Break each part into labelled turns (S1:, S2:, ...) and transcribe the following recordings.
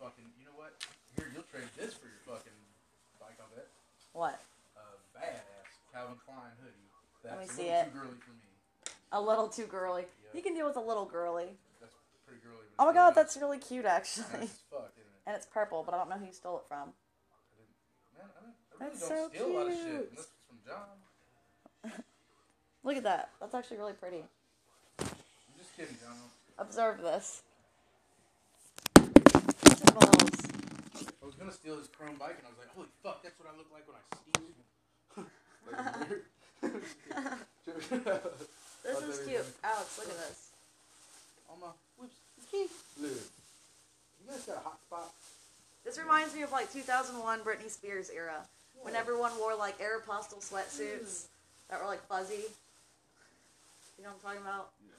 S1: fucking, you know what? Here, you'll trade this for your fucking bike, I'll bet.
S2: What?
S1: A badass Calvin Klein hoodie. That's
S2: me
S1: a
S2: see
S1: little
S2: it.
S1: too girly for me.
S2: A little too girly.
S1: Yeah.
S2: You can deal with a little girly.
S1: That's pretty girly. but
S2: Oh my
S1: it's
S2: god,
S1: really
S2: that's really cute actually.
S1: nice as fuck, isn't it?
S2: And it's purple, but I don't know who you stole it from.
S1: Man, I, don't, I really
S2: That's
S1: don't
S2: so
S1: steal a lot of shit
S2: cute.
S1: unless it's from John.
S2: Look at that. That's actually really pretty.
S1: I'm just kidding, John.
S2: Observe this. Tickles.
S1: I was gonna steal his chrome bike, and I was like, "Holy fuck, that's what I look like when I steal." like a nerd.
S2: This
S1: Oh, there
S2: is
S1: you
S2: cute.
S1: go.
S2: Alex, look at this.
S1: All my whips, look. You guys got a hot spot.
S2: This reminds me of like 2001 Britney Spears era, when everyone wore like Aeropostale
S1: Mm.
S2: sweatsuits that were like fuzzy. You know what I'm talking about?
S1: Yeah.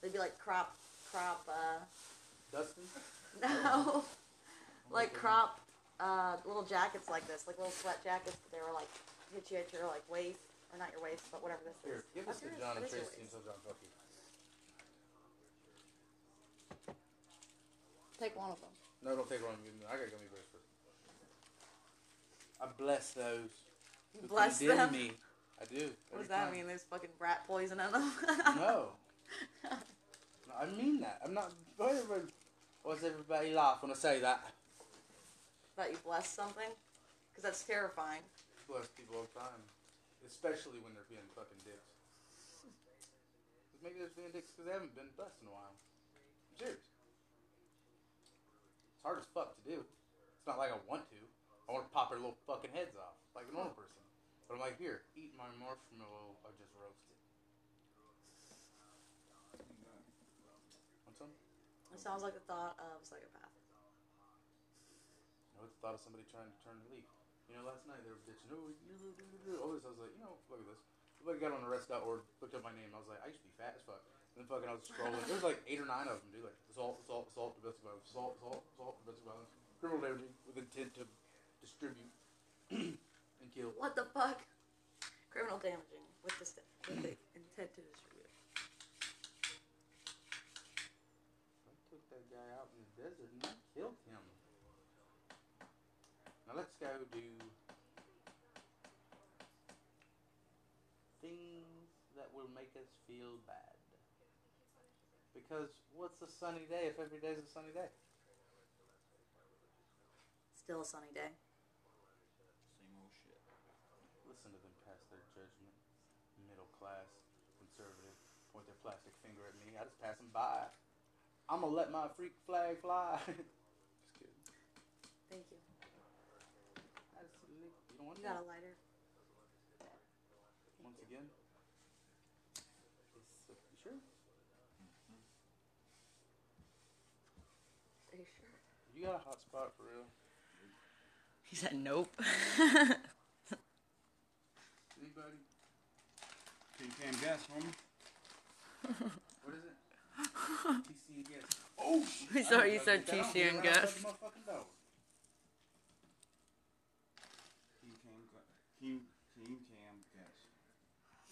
S2: They'd be like crop, crop, uh,
S1: Dustin.
S2: no, like crop, uh, little jackets like this, like little sweat jackets, but they were like hit you at your like waist, or not your waist, but whatever this is.
S1: Here, give this
S2: That's
S1: to
S2: yours.
S1: John and
S2: That is your
S1: Tracy
S2: waist.
S1: until John fuck you.
S2: Take one of them.
S1: No, don't take one. Give me- I gotta gummy bears first. I bless those. who
S2: bless
S1: condemn
S2: them?
S1: Me. I do.
S2: What
S1: every
S2: does that
S1: time.
S2: mean? There's fucking rat poison in them.
S1: No. No, I mean that. I'm not. Why everybody, why does everybody laugh when I say that?
S2: that you blessed something? Because that's terrifying.
S1: Bless people all the time, especially when they're being fucking dicks. 'Cause Maybe they're being dicks because they haven't been blessed in a while. I'm serious. It's hard as fuck to do. It's not like I want to. I want to pop their little fucking heads off like a normal person. But I'm like, here, eat my marshmallow I just roasted. Want some?
S2: It sounds like the thought of a psychopath.
S1: I always thought of somebody trying to turn the leaf. You know, last night they were bitching, oh, you- you- you- you- all this. I was like, you know, look at this. Somebody got on arrest.org, looked up my name. I was like, I used to be fat as fuck. And then fucking I was scrolling. There's like eight or nine of them, dude. Like, assault, assault, assault, domestic violence, assault, assault, assault, domestic violence, criminal damage with intent to distribute and kill.
S2: What the fuck? Criminal damaging with the, st- with the intent to distribute.
S1: I took that guy out in the desert and I killed him. Now let's go do things that will make us feel bad. Because what's a sunny day if every day's a sunny day?
S2: Still a sunny day.
S3: Same old shit.
S1: Listen to them pass their judgment. Middle class, conservative, point their plastic finger at me. I just pass them by. I'm gonna let my freak flag fly. just kidding.
S2: Thank you.
S1: I just, you don't want
S2: You
S1: that?
S2: got a lighter?
S1: once again. It's- uh, you sure?
S2: Are you sure?
S1: You got a hot spot for real.
S2: He said nope.
S1: Anybody?
S3: Tin can gas, homie.
S1: What is it? TC and guess. Oh shit!
S2: We
S1: I
S2: saw
S1: don't
S2: you
S1: know,
S2: said
S1: dude, I don't
S2: TC and
S1: get around
S2: guess.
S1: fucking motherfucking dogs.